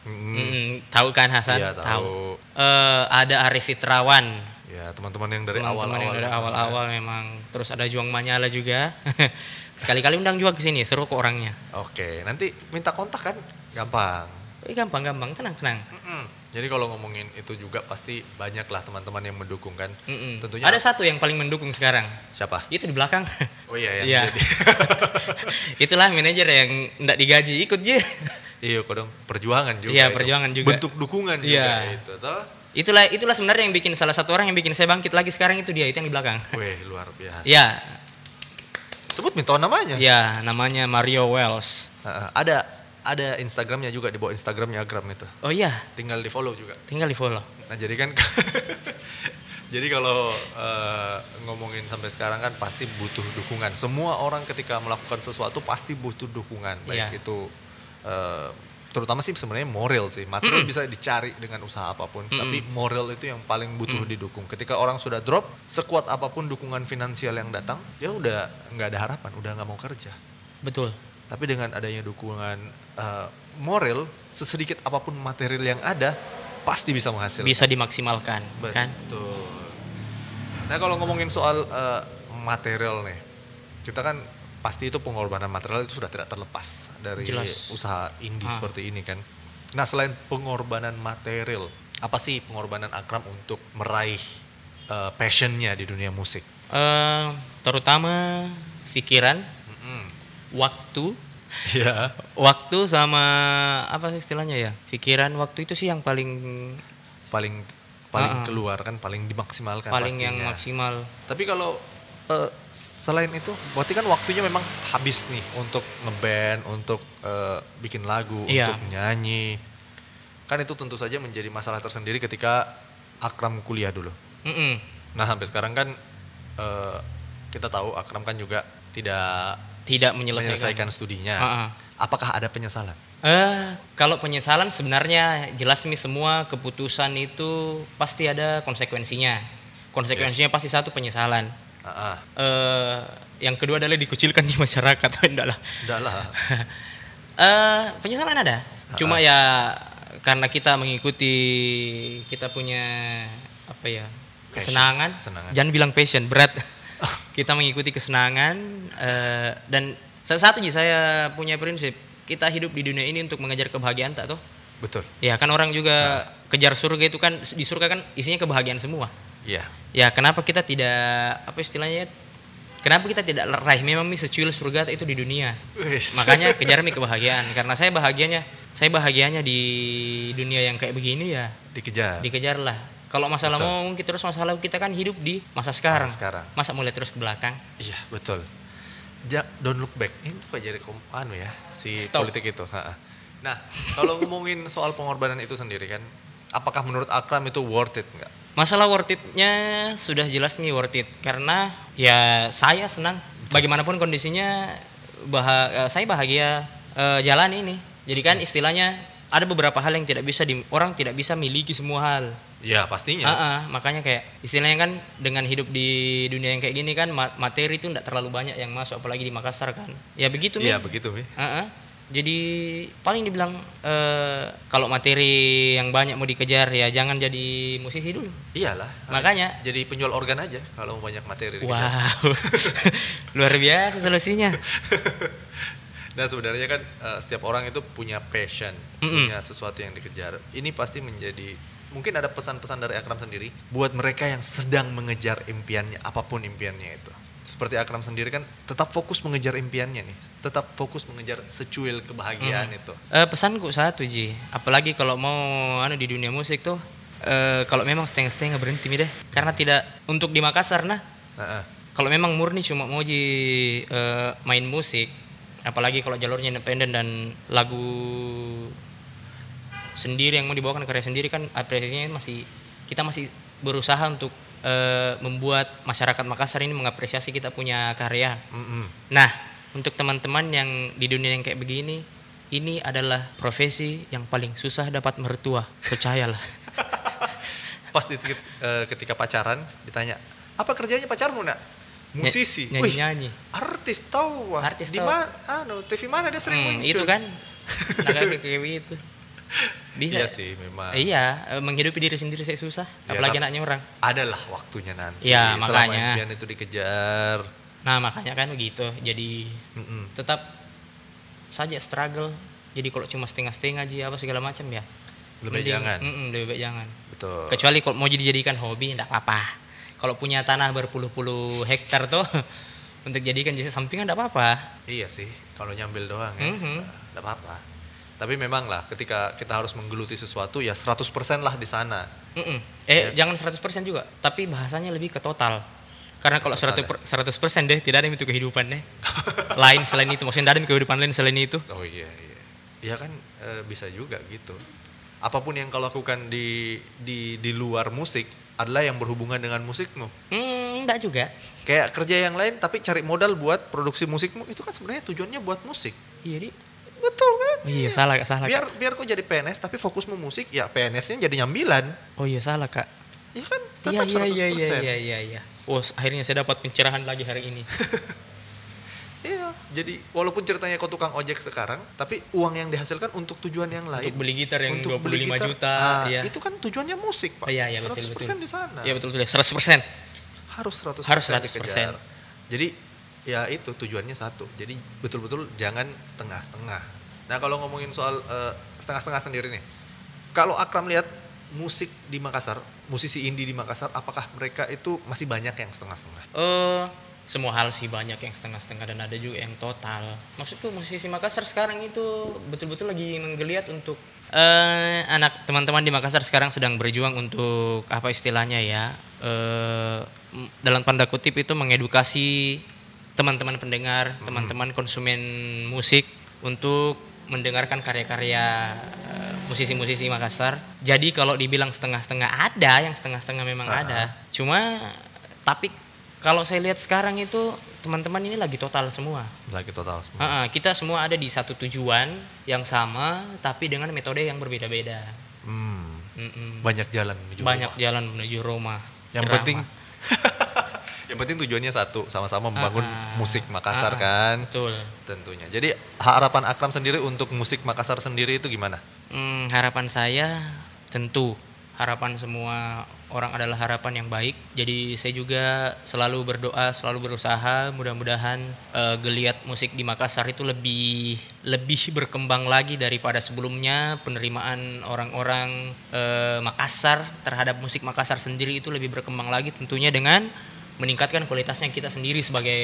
[SPEAKER 2] Mm-mm, tahu kan Hasan
[SPEAKER 1] Hmm. Iya, tahu.
[SPEAKER 2] Eh, ada Arif Fitrawan
[SPEAKER 1] Ya Ya, teman-teman yang dari awal.
[SPEAKER 2] teman-teman yang dari awal-awal memang terus ada Juang Manyala juga sekali-kali undang Juang ke sini seru kok orangnya
[SPEAKER 1] Oke, nanti minta kontak kan, gampang.
[SPEAKER 2] Eh, gampang-gampang tenang-tenang
[SPEAKER 1] Mm-mm. Jadi kalau ngomongin itu juga pasti banyak lah teman-teman yang mendukung kan.
[SPEAKER 2] Mm-mm.
[SPEAKER 1] Tentunya
[SPEAKER 2] ada satu yang paling mendukung sekarang
[SPEAKER 1] siapa?
[SPEAKER 2] itu di belakang
[SPEAKER 1] Oh iya
[SPEAKER 2] Iya.
[SPEAKER 1] ya.
[SPEAKER 2] itulah manajer yang ndak digaji ikut je
[SPEAKER 1] iya, kok dong perjuangan juga.
[SPEAKER 2] Iya,
[SPEAKER 1] itu.
[SPEAKER 2] perjuangan juga.
[SPEAKER 1] Bentuk
[SPEAKER 2] Iya.
[SPEAKER 1] dukungan juga itu toh.
[SPEAKER 2] itulah itulah sebenarnya yang bikin salah satu orang yang bikin saya bangkit lagi sekarang itu dia itu yang di belakang
[SPEAKER 1] Weh, luar biasa.
[SPEAKER 2] ya
[SPEAKER 1] Sebut minta namanya.
[SPEAKER 2] ya namanya Mario Wells
[SPEAKER 1] Heeh, ada ada Instagramnya juga di bawah Instagramnya Agram itu.
[SPEAKER 2] oh iya
[SPEAKER 1] Tinggal di follow juga.
[SPEAKER 2] tinggal di follow
[SPEAKER 1] Nah jadi kan jadi kalau eh, ngomongin sampai sekarang kan pasti butuh dukungan. Semua orang ketika melakukan sesuatu pasti butuh dukungan. Baik
[SPEAKER 2] Iya.
[SPEAKER 1] itu eh, terutama sih sebenarnya moral sih. Material bisa dicari dengan usaha apapun, tapi moral itu yang paling butuh didukung. Ketika orang sudah drop, sekuat apapun dukungan finansial yang datang, ya udah nggak ada harapan, udah nggak mau kerja.
[SPEAKER 2] betul
[SPEAKER 1] Tapi dengan adanya dukungan eh, moral, sesedikit apapun material yang ada, pasti bisa menghasilkan.
[SPEAKER 2] bisa dimaksimalkan kan
[SPEAKER 1] Betul. Nah kalau ngomongin soal eh, material nih, kita kan pasti itu pengorbanan material itu sudah tidak terlepas dari
[SPEAKER 2] Jelas. Ah.
[SPEAKER 1] usaha indie seperti ini kan. Nah selain pengorbanan material, apa sih pengorbanan Akram untuk meraih eh, passionnya di dunia musik?
[SPEAKER 2] Eh, terutama pikiran waktu
[SPEAKER 1] Iya.
[SPEAKER 2] waktu sama apa sih istilahnya ya pikiran waktu itu sih yang paling
[SPEAKER 1] Paling paling keluar kan, paling dimaksimalkan.
[SPEAKER 2] Ah. paling yang
[SPEAKER 1] pastinya.
[SPEAKER 2] maksimal
[SPEAKER 1] Tapi kalau eh, selain itu, berarti kan waktunya memang habis nih untuk ngeband, untuk eh, bikin lagu,
[SPEAKER 2] Iya.
[SPEAKER 1] untuk nyanyi. Kan itu tentu saja menjadi masalah tersendiri ketika Akram kuliah dulu.
[SPEAKER 2] Mm-mm.
[SPEAKER 1] Nah sampai sekarang kan eh, kita tahu Akram kan juga tidak
[SPEAKER 2] tidak menyelesaikan
[SPEAKER 1] menyelesaikan studinya.
[SPEAKER 2] Ah, ah.
[SPEAKER 1] Apakah ada penyesalan?
[SPEAKER 2] Eh, kalau penyesalan sebenarnya jelas nih semua keputusan itu pasti ada konsekuensinya. Konsekuensinya pasti satu penyesalan.
[SPEAKER 1] Ah, ah.
[SPEAKER 2] Eh, yang kedua adalah dikucilkan di masyarakat enggak lah.
[SPEAKER 1] Udah lah.
[SPEAKER 2] Eh, penyesalan ada. Cuma ya karena kita mengikuti kita punya apa ya
[SPEAKER 1] Passion,
[SPEAKER 2] kesenangan.
[SPEAKER 1] kesenangan. Oh.
[SPEAKER 2] Jangan bilang passion berat. kita mengikuti kesenangan eh, dan salah satu sih saya punya prinsip kita hidup di dunia ini untuk mengejar kebahagiaan tak toh?
[SPEAKER 1] Betul.
[SPEAKER 2] Ya kan orang juga kejar surga itu kan di surga kan isinya kebahagiaan semua.
[SPEAKER 1] Iya.
[SPEAKER 2] Ya kenapa kita tidak apa istilahnya? ya? Kenapa kita tidak raih memang mi secuil surga itu di dunia?
[SPEAKER 1] Wis.
[SPEAKER 2] Makanya kejar mi kebahagiaan karena saya bahagianya saya bahagianya di dunia yang kayak begini ya
[SPEAKER 1] dikejar.
[SPEAKER 2] dikejarlah. Kalau masalah
[SPEAKER 1] Betul.
[SPEAKER 2] mau kita terus masalah kita kan hidup di masa sekarang.
[SPEAKER 1] Masa sekarang.
[SPEAKER 2] Masa mulai terus ke belakang?
[SPEAKER 1] Iya betul. Ja, don't look back. Ini kok jadi kom- anu ya si
[SPEAKER 2] Stop.
[SPEAKER 1] politik itu. ha-ha. Nah kalau ngomongin soal pengorbanan itu sendiri kan, apakah menurut Akram itu worth it nggak?
[SPEAKER 2] Masalah worth it-nya sudah jelas nih worth it karena ya saya senang bagaimanapun kondisinya bah saya bahagia eh, jalan ini. Jadi kan
[SPEAKER 1] Iya.
[SPEAKER 2] istilahnya ada beberapa hal yang tidak bisa di orang tidak bisa miliki semua hal.
[SPEAKER 1] Ya pastinya.
[SPEAKER 2] Ah, ah, makanya kayak istilahnya kan dengan hidup di dunia yang kayak gini kan ma- materi itu tidak terlalu banyak yang masuk apalagi di Makassar kan. Ya begitu nih.
[SPEAKER 1] Iya begitu Mi.
[SPEAKER 2] Heeh. Jadi paling dibilang eh, kalau materi yang banyak mau dikejar ya jangan jadi musisi dulu.
[SPEAKER 1] Ah, Iyalah.
[SPEAKER 2] Makanya
[SPEAKER 1] Jadi penjual organ aja kalau mau banyak materi. dikejar.
[SPEAKER 2] wow. Luar biasa solusinya.
[SPEAKER 1] Nah sebenarnya kan eh, setiap orang itu punya passion, punya sesuatu yang dikejar. Ini pasti menjadi mungkin ada pesan-pesan dari Akram sendiri buat mereka yang sedang mengejar impiannya apapun impiannya itu. Seperti Akram sendiri kan tetap fokus mengejar impiannya nih, tetap fokus mengejar secuil kebahagiaan itu.
[SPEAKER 2] Eh, pesanku satu Ji, apalagi kalau mau anu di dunia musik tuh eh, kalau memang setengah-setengah berhenti mi deh karena tidak untuk di Makassar nah.
[SPEAKER 1] Nah, eh,
[SPEAKER 2] Kalau memang murni cuma mau Ji eh, main musik apalagi kalau jalurnya independen dan lagu sendiri yang mau dibawakan karya sendiri kan apresiasinya masih kita masih berusaha untuk eh, membuat masyarakat Makassar ini mengapresiasi kita punya karya.
[SPEAKER 1] mm-mm.
[SPEAKER 2] Nah, untuk teman-teman yang di dunia yang kayak begini, ini adalah profesi yang paling susah dapat mertua percayalah
[SPEAKER 1] Pas di- eh, ketika pacaran ditanya, "Apa kerjanya pacarmu, Nak?" Musisi.
[SPEAKER 2] nyanyi nyanyi
[SPEAKER 1] Wih, artis tahu. Wah.
[SPEAKER 2] Artis
[SPEAKER 1] Di
[SPEAKER 2] tahu.
[SPEAKER 1] mana? Anu, TV mana dia sering muncul?
[SPEAKER 2] itu kan Nah, kayak kayak begitu bisa
[SPEAKER 1] Iya sih, memang.
[SPEAKER 2] Eh, iya eh, menghidupi diri sendiri saya susah
[SPEAKER 1] Ya,
[SPEAKER 2] apalagi
[SPEAKER 1] tapi-
[SPEAKER 2] anaknya orang
[SPEAKER 1] Adalah waktunya nanti.
[SPEAKER 2] Iya,
[SPEAKER 1] Selama
[SPEAKER 2] makanya.
[SPEAKER 1] impian itu dikejar.
[SPEAKER 2] nah makanya kan begitu jadi
[SPEAKER 1] Mm-mm.
[SPEAKER 2] tetap saja struggle jadi kalau cuma setengah-setengah aja apa segala macam ya
[SPEAKER 1] Lebih
[SPEAKER 2] Mending- mm,
[SPEAKER 1] jangan.
[SPEAKER 2] Mm-mm, lebih baik jangan
[SPEAKER 1] Betul.
[SPEAKER 2] kecuali kalau mau jadi jadikan hobi enggak apa-apa kalau punya tanah berpuluh-puluh hektar tuh untuk jadikan jadi sampingan enggak apa-apa
[SPEAKER 1] Iya sih, kalau nyambil doang ya.
[SPEAKER 2] Mhm.
[SPEAKER 1] Enggak apa-apa. Tapi memang lah ketika kita harus menggeluti sesuatu ya 100% lah di sana.
[SPEAKER 2] Mm-mm. eh jangan 100% juga tapi bahasanya lebih ke total karena kalau 100 per- 100% deh tidak ada yang itu kehidupan deh lain selain itu maksudnya tidak ada yang kehidupan lain selain itu
[SPEAKER 1] Oh iya iya. Iya kan eh, bisa juga gitu. Apapun yang kau lakukan di di di luar musik adalah yang berhubungan dengan musikmu.
[SPEAKER 2] Hmm, enggak juga
[SPEAKER 1] Kayak kerja yang lain tapi cari modal buat produksi musikmu itu kan sebenarnya tujuannya buat musik.
[SPEAKER 2] iya Di.
[SPEAKER 1] Betul kan?
[SPEAKER 2] Oh, iya salah kak salah Kak.
[SPEAKER 1] Biar biar kau jadi PNS tapi fokusmu musik, ya PNS-nya jadi nyambilan.
[SPEAKER 2] oh iya salah kak
[SPEAKER 1] Ya kan?
[SPEAKER 2] Iya
[SPEAKER 1] Tetap
[SPEAKER 2] iya
[SPEAKER 1] 100%.
[SPEAKER 2] iya iya iya iya iya. Wah, akhirnya saya dapat pencerahan lagi hari ini.
[SPEAKER 1] Iya, jadi walaupun ceritanya kau tukang ojek sekarang, tapi uang yang dihasilkan untuk tujuan yang lain.
[SPEAKER 2] Untuk beli gitar yang 25
[SPEAKER 1] Untuk beli gitar,
[SPEAKER 2] juta,
[SPEAKER 1] ah,
[SPEAKER 2] iya.
[SPEAKER 1] Itu kan tujuannya musik, Pak.
[SPEAKER 2] Iya iya betul
[SPEAKER 1] 100%
[SPEAKER 2] betul.
[SPEAKER 1] di sana.
[SPEAKER 2] Iya betul betul. ya, 100%.
[SPEAKER 1] Harus 100%
[SPEAKER 2] Harus
[SPEAKER 1] dikejar.
[SPEAKER 2] 100%.
[SPEAKER 1] Jadi ya itu tujuannya satu. Jadi betul-betul jangan setengah-setengah. Nah, kalau ngomongin soal eh, setengah-setengah sendiri nih. Kalau Akram lihat musik di Makassar, musisi indie di Makassar, apakah mereka itu masih banyak yang setengah-setengah?
[SPEAKER 2] Eh semua hal sih banyak yang setengah-setengah dan ada juga yang total. Maksudku musisi Makassar sekarang itu betul-betul lagi menggeliat untuk eh anak teman-teman di Makassar sekarang sedang berjuang untuk apa istilahnya ya? Eh m- dalam tanda kutip itu mengedukasi teman-teman pendengar, teman-teman konsumen musik untuk mendengarkan karya-karya eh, musisi-musisi Makassar. Jadi kalau dibilang setengah-setengah ada, yang setengah-setengah memang
[SPEAKER 1] Ah,
[SPEAKER 2] ada. Cuma tapi kalau saya lihat sekarang itu teman-teman ini lagi total semua.
[SPEAKER 1] Lagi total semua.
[SPEAKER 2] Ah, ah, kita semua ada di satu tujuan yang sama, tapi dengan metode yang berbeda-beda.
[SPEAKER 1] Hmm,
[SPEAKER 2] Mm-mm.
[SPEAKER 1] banyak jalan menuju
[SPEAKER 2] Banyak jalan menuju Roma.
[SPEAKER 1] yang
[SPEAKER 2] Irama.
[SPEAKER 1] penting yang penting tujuannya satu sama-sama membangun
[SPEAKER 2] Ah,
[SPEAKER 1] musik Makassar
[SPEAKER 2] ah,
[SPEAKER 1] kan
[SPEAKER 2] betul.
[SPEAKER 1] tentunya jadi harapan Akram sendiri untuk musik Makassar sendiri itu gimana
[SPEAKER 2] Hmm, harapan saya tentu harapan semua orang adalah harapan yang baik. Jadi saya juga selalu berdoa, selalu berusaha. Mudah-mudahan eh, geliat musik di Makassar itu lebih lebih berkembang lagi daripada sebelumnya. Penerimaan orang-orang eh, Makassar terhadap musik Makassar sendiri itu lebih berkembang lagi tentunya dengan meningkatkan kualitasnya kita sendiri sebagai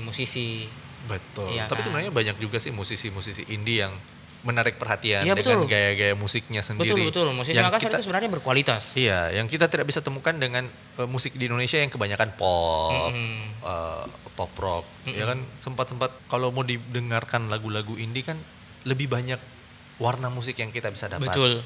[SPEAKER 2] musisi.
[SPEAKER 1] betul
[SPEAKER 2] Iya kan?
[SPEAKER 1] tapi sebenarnya banyak juga sih musisi-musisi indie yang menarik perhatian
[SPEAKER 2] Iya, betul.
[SPEAKER 1] dengan gaya-gaya musiknya sendiri
[SPEAKER 2] Betul betul, musisi
[SPEAKER 1] yang
[SPEAKER 2] Makassar
[SPEAKER 1] kita,
[SPEAKER 2] itu sebenarnya berkualitas.
[SPEAKER 1] iya yang kita tidak bisa temukan dengan eh, musik di Indonesia yang kebanyakan pop
[SPEAKER 2] Mm-mm.
[SPEAKER 1] eh, pop rock ya kan sempat-sempat kalau mau didengarkan lagu-lagu indie kan lebih banyak warna musik yang kita bisa dapatkan.
[SPEAKER 2] Betul.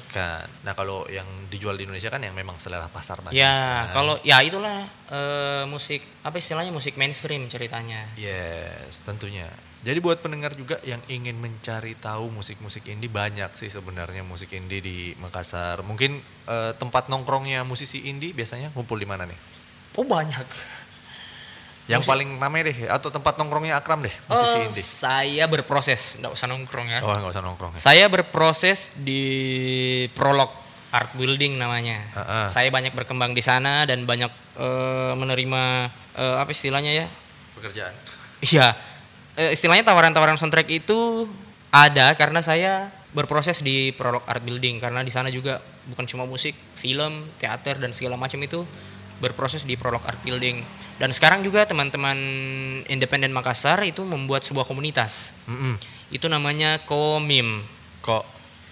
[SPEAKER 1] Nah, kalau yang dijual di Indonesia kan yang memang selera pasar banget.
[SPEAKER 2] Ya,
[SPEAKER 1] kan.
[SPEAKER 2] kalau ya itulah eh, musik apa istilahnya musik mainstream ceritanya.
[SPEAKER 1] Yes, tentunya. Jadi buat pendengar juga yang ingin mencari tahu musik-musik indie banyak sih sebenarnya musik indie di Makassar. Mungkin eh, tempat nongkrongnya musisi indie biasanya ngumpul di mana nih?
[SPEAKER 2] Oh banyak.
[SPEAKER 1] Yang paling rame deh atau tempat nongkrongnya Akram deh musisi
[SPEAKER 2] Eh,
[SPEAKER 1] indie.
[SPEAKER 2] saya berproses, nggak usah nongkrong ya.
[SPEAKER 1] Oh, nggak usah nongkrong ya.
[SPEAKER 2] Saya berproses di Prolog Art Building namanya.
[SPEAKER 1] Heeh.
[SPEAKER 2] Saya banyak berkembang di sana dan banyak eh, menerima eh, apa istilahnya ya?
[SPEAKER 1] Pekerjaan.
[SPEAKER 2] Iya. Eh, istilahnya tawaran-tawaran soundtrack itu ada karena saya berproses di Prolog Art Building karena di sana juga bukan cuma musik, film, teater dan segala macam itu berproses di Prolog Art Building. Dan sekarang juga teman-teman independen Makassar itu membuat sebuah komunitas.
[SPEAKER 1] Mm-mm.
[SPEAKER 2] Itu namanya Komim.
[SPEAKER 1] Kok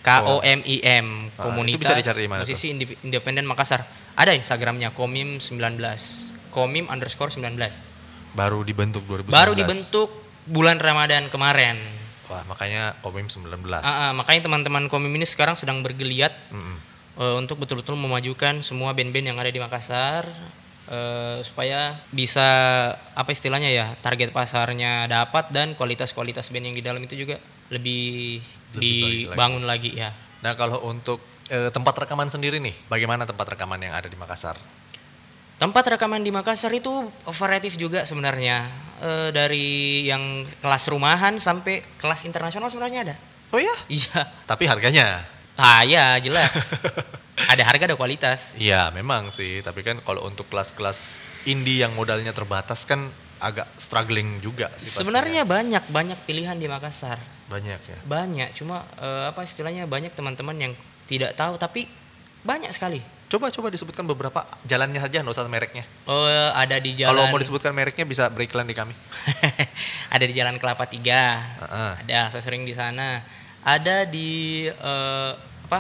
[SPEAKER 2] K O M I M
[SPEAKER 1] Ah,
[SPEAKER 2] komunitas
[SPEAKER 1] itu bisa dicari di mana tuh?
[SPEAKER 2] musisi indiv- independen Makassar. Ada Instagramnya Komim 19. Komim underscore 19
[SPEAKER 1] baru dibentuk 2019.
[SPEAKER 2] baru dibentuk bulan Ramadan kemarin.
[SPEAKER 1] Wah, makanya Komim 19.
[SPEAKER 2] Ah, ah, makanya teman-teman Komim ini sekarang sedang bergeliat
[SPEAKER 1] Mm-mm.
[SPEAKER 2] eh, untuk betul-betul memajukan semua band-band yang ada di Makassar eh, supaya bisa apa istilahnya ya target pasarnya dapat dan kualitas-kualitas band yang di dalam itu juga lebih,
[SPEAKER 1] Lebih baik lagi.
[SPEAKER 2] dibangun lagi. ya.
[SPEAKER 1] Nah kalau untuk eh, tempat rekaman sendiri nih, bagaimana tempat rekaman yang ada di Makassar?
[SPEAKER 2] Tempat rekaman di Makassar itu variatif juga sebenarnya. Eh, dari yang kelas rumahan sampai kelas internasional sebenarnya ada.
[SPEAKER 1] Oh ya?
[SPEAKER 2] Iya.
[SPEAKER 1] Tapi harganya?
[SPEAKER 2] Ah ya jelas. ada harga ada kualitas.
[SPEAKER 1] Iya memang sih, tapi kan kalau untuk kelas-kelas indie yang modalnya terbatas kan agak struggling juga sih pastinya.
[SPEAKER 2] Sebenarnya banyak banyak pilihan di Makassar.
[SPEAKER 1] banyak ya.
[SPEAKER 2] Banyak cuma eh, apa istilahnya banyak teman-teman yang tidak tahu tapi banyak sekali.
[SPEAKER 1] Coba coba disebutkan beberapa jalannya saja, nggak usah mereknya.
[SPEAKER 2] Eh, ada di jalan
[SPEAKER 1] Kalau mau disebutkan mereknya bisa beriklan di kami.
[SPEAKER 2] ada di Jalan Kelapa 3.
[SPEAKER 1] Heeh.
[SPEAKER 2] Ada, saya sering di sana. Ada di eh, apa?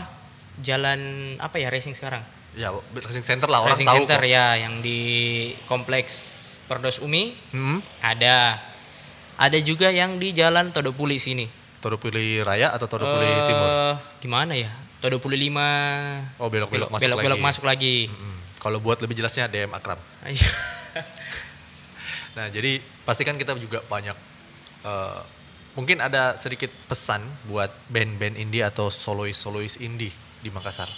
[SPEAKER 2] Jalan apa ya racing sekarang?
[SPEAKER 1] Ya, racing center lah orang
[SPEAKER 2] racing
[SPEAKER 1] tahu.
[SPEAKER 2] center
[SPEAKER 1] kok.
[SPEAKER 2] ya yang di kompleks Perdos Umi.
[SPEAKER 1] Hmm,
[SPEAKER 2] Ada. Ada juga yang di Jalan Todopuli sini.
[SPEAKER 1] Todo Puli Raya atau Todo Puli
[SPEAKER 2] Eh,
[SPEAKER 1] Timur?
[SPEAKER 2] Gimana ya? Todopuli 5.
[SPEAKER 1] Oh, belok-belok masuk
[SPEAKER 2] belok,
[SPEAKER 1] lagi.
[SPEAKER 2] masuk lagi.
[SPEAKER 1] Hmm, Kalau buat lebih jelasnya DM Akram.
[SPEAKER 2] Iya.
[SPEAKER 1] Nah, jadi pastikan kita juga banyak eh, mungkin ada sedikit pesan buat band-band indie atau solois-solois indie di Makassar.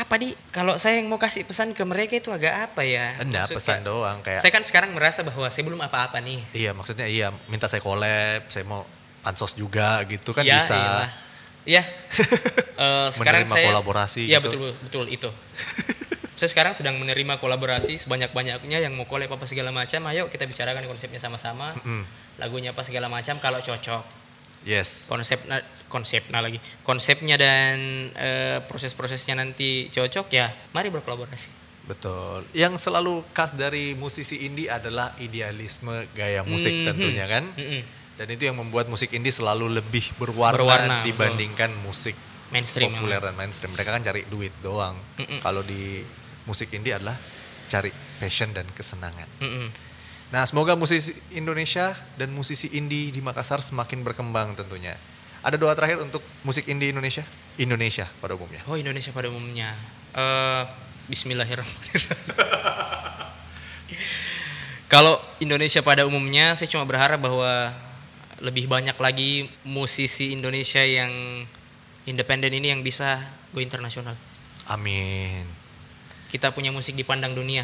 [SPEAKER 2] apa di kalau saya yang mau kasih pesan ke mereka itu agak apa ya?
[SPEAKER 1] Enggak,
[SPEAKER 2] Maksudnya-
[SPEAKER 1] pesan doang kayak
[SPEAKER 2] Saya kan sekarang merasa bahwa saya belum apa-apa nih.
[SPEAKER 1] iya, maksudnya iya minta saya collab, saya mau pansos juga gitu kan
[SPEAKER 2] ya,
[SPEAKER 1] bisa.
[SPEAKER 2] iyalah. Ya. Eh, sekarang
[SPEAKER 1] Menerima
[SPEAKER 2] saya
[SPEAKER 1] kolaborasi
[SPEAKER 2] Ya
[SPEAKER 1] gitu.
[SPEAKER 2] betul betul itu. saya sekarang sedang menerima kolaborasi sebanyak-banyaknya yang mau collab apa segala macam. Ayo kita bicarakan konsepnya sama-sama.
[SPEAKER 1] Mm,
[SPEAKER 2] Lagunya apa segala macam kalau cocok.
[SPEAKER 1] Yes.
[SPEAKER 2] Konsepnya konsepnya lagi. Konsepnya dan eh, proses-prosesnya nanti cocok ya. Mari berkolaborasi.
[SPEAKER 1] Betul. Yang selalu khas dari musisi indie adalah idealisme gaya musik
[SPEAKER 2] Mhm.
[SPEAKER 1] tentunya kan.
[SPEAKER 2] Mm-mm.
[SPEAKER 1] Dan itu yang membuat musik indie selalu lebih berwarna,
[SPEAKER 2] Berwarna, betul.
[SPEAKER 1] dibandingkan musik
[SPEAKER 2] Mainstream. Mhm.
[SPEAKER 1] populer dan mainstream. Mereka kan cari duit doang. Kalau di musik indie adalah cari passion dan kesenangan.
[SPEAKER 2] Mm-mm.
[SPEAKER 1] Nah, semoga musisi Indonesia dan musisi indie di Makassar semakin berkembang tentunya. Ada doa terakhir untuk musik indie Indonesia? Indonesia pada umumnya.
[SPEAKER 2] Oh Indonesia pada umumnya. Eh, Bismillahirrahmanirrahim. Kalau Indonesia pada umumnya, saya cuma berharap bahwa lebih banyak lagi musisi Indonesia yang independen ini yang bisa go internasional.
[SPEAKER 1] Amin.
[SPEAKER 2] Kita punya musik dipandang dunia.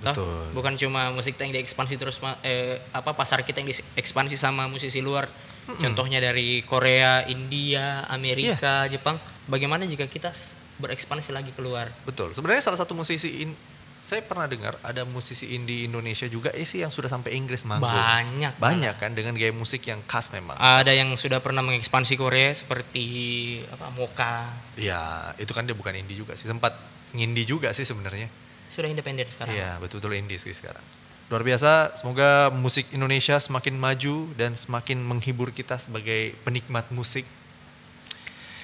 [SPEAKER 2] Toh,
[SPEAKER 1] Betul.
[SPEAKER 2] Bukan cuma musik yang diekspansi terus ma- eh, apa pasar kita yang diekspansi sama musisi luar. Contohnya dari Korea, India, Amerika,
[SPEAKER 1] Iya.
[SPEAKER 2] Jepang. Bagaimana jika kita s- berekspansi lagi keluar?
[SPEAKER 1] Betul. Sebenarnya salah satu musisi in- saya pernah dengar ada musisi indie Indonesia juga eh sih yang sudah sampai Inggris manggung.
[SPEAKER 2] Banyak.
[SPEAKER 1] Banyak kan dengan gaya musik yang khas memang.
[SPEAKER 2] Ada yang sudah pernah mengekspansi Korea seperti apa Moka.
[SPEAKER 1] Ya, itu kan dia bukan indie juga sih. Sempat ngindie juga sih sebenarnya.
[SPEAKER 2] Sudah independen sekarang.
[SPEAKER 1] Iya, betul-betul indie sih sekarang. Luar biasa, semoga musik Indonesia semakin maju dan semakin menghibur kita sebagai penikmat musik.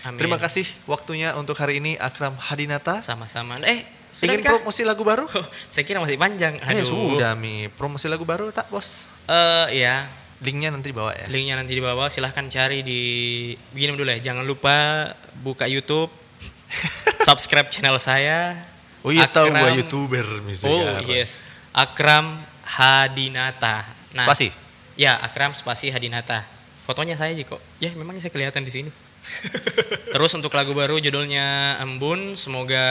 [SPEAKER 2] Amin.
[SPEAKER 1] Terima kasih waktunya untuk hari ini Akram Hadinata.
[SPEAKER 2] Sama-sama. Eh, sudah
[SPEAKER 1] Ingin
[SPEAKER 2] kah?
[SPEAKER 1] promosi lagu baru?
[SPEAKER 2] Saya kira masih panjang.
[SPEAKER 1] Eh,
[SPEAKER 2] Aduh.
[SPEAKER 1] sudah Mi. Promosi lagu baru tak, Bos?
[SPEAKER 2] Eh, ya,
[SPEAKER 1] Linknya nanti dibawa ya.
[SPEAKER 2] linknya nanti di bawah. Silahkan cari di begini dulu ya. Jangan lupa buka YouTube, subscribe channel saya.
[SPEAKER 1] Oh iya tahu
[SPEAKER 2] Akram-
[SPEAKER 1] gua youtuber
[SPEAKER 2] Oh
[SPEAKER 1] misalnya.
[SPEAKER 2] yes, Akram Hadinata.
[SPEAKER 1] Spasi?
[SPEAKER 2] Ya, Akram Spasi Hadinata. Fotonya saya aja kok. Ya, memangnya saya kelihatan di sini. Terus untuk lagu baru judulnya Embun, semoga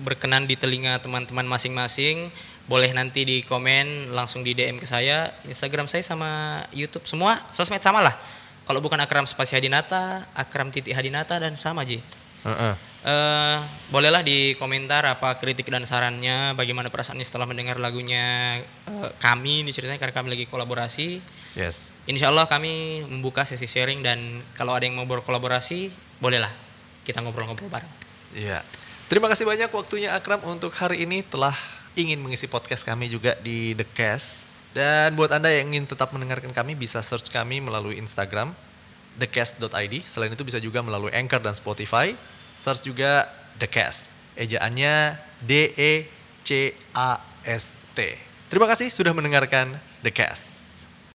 [SPEAKER 2] berkenan di telinga teman-teman masing-masing. Boleh nanti di komen langsung di DM ke saya, Instagram saya sama YouTube semua sosmed sama lah. Kalau bukan Akram Spasi Hadinata, Akram Titik Hadinata dan sama aja.
[SPEAKER 1] Heeh.
[SPEAKER 2] Eh, bolehlah di komentar apa kritik dan sarannya bagaimana perasaannya setelah mendengar lagunya eh, kami ini ceritanya karena kami lagi kolaborasi
[SPEAKER 1] Yes.
[SPEAKER 2] Insya Allah kami membuka sesi sharing dan kalau ada yang mau berkolaborasi bolehlah kita ngobrol-ngobrol bareng
[SPEAKER 1] Iya. Terima kasih banyak waktunya Akram untuk hari ini telah ingin mengisi podcast kami juga di The Cast. Dan buat Anda yang ingin tetap mendengarkan kami bisa search kami melalui Instagram thecast.id. Selain itu bisa juga melalui Anchor dan Spotify. Search juga The Cast. Ejaannya D E C A S T. Terima kasih sudah mendengarkan The Cast.